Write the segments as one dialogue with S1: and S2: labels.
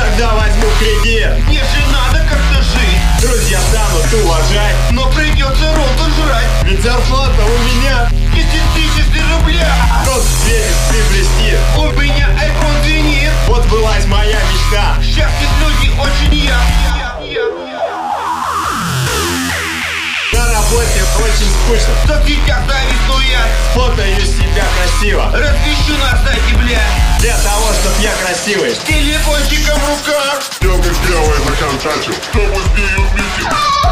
S1: Ну кредит, мне же надо как-то жить Друзья станут уважать, но придется роту жрать Ведь зарплата у меня 10 тысяч рубля Рот светит, ты блестит, у меня iPhone звенит Вот былась моя мечта, счастье люди очень я, я, я, я. На работе очень скучно, в соцсетях зависну я Фотою себя красиво, размещу на сайте, бля Для того, чтоб я красивый, с телефончиком в руках
S2: Я как белый закончачу, чтобы с ней увидеть.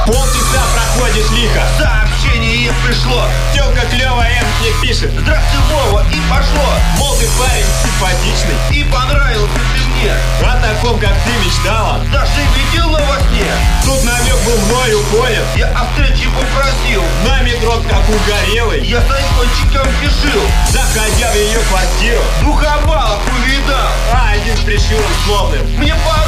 S1: Полчаса проходит лихо Сообщение ей пришло Телка клевая М мне пишет Здравствуй, Вова, и пошло Мол, ты парень симпатичный И понравился ты мне О таком, как ты мечтала Даже видела во сне Тут намек был мною понят Я о встрече попросил Нами дрот как угорелый Я с айфончиком спешил Заходя в ее квартиру Двух овалов увидал А один с прищуром злобным Мне понравилось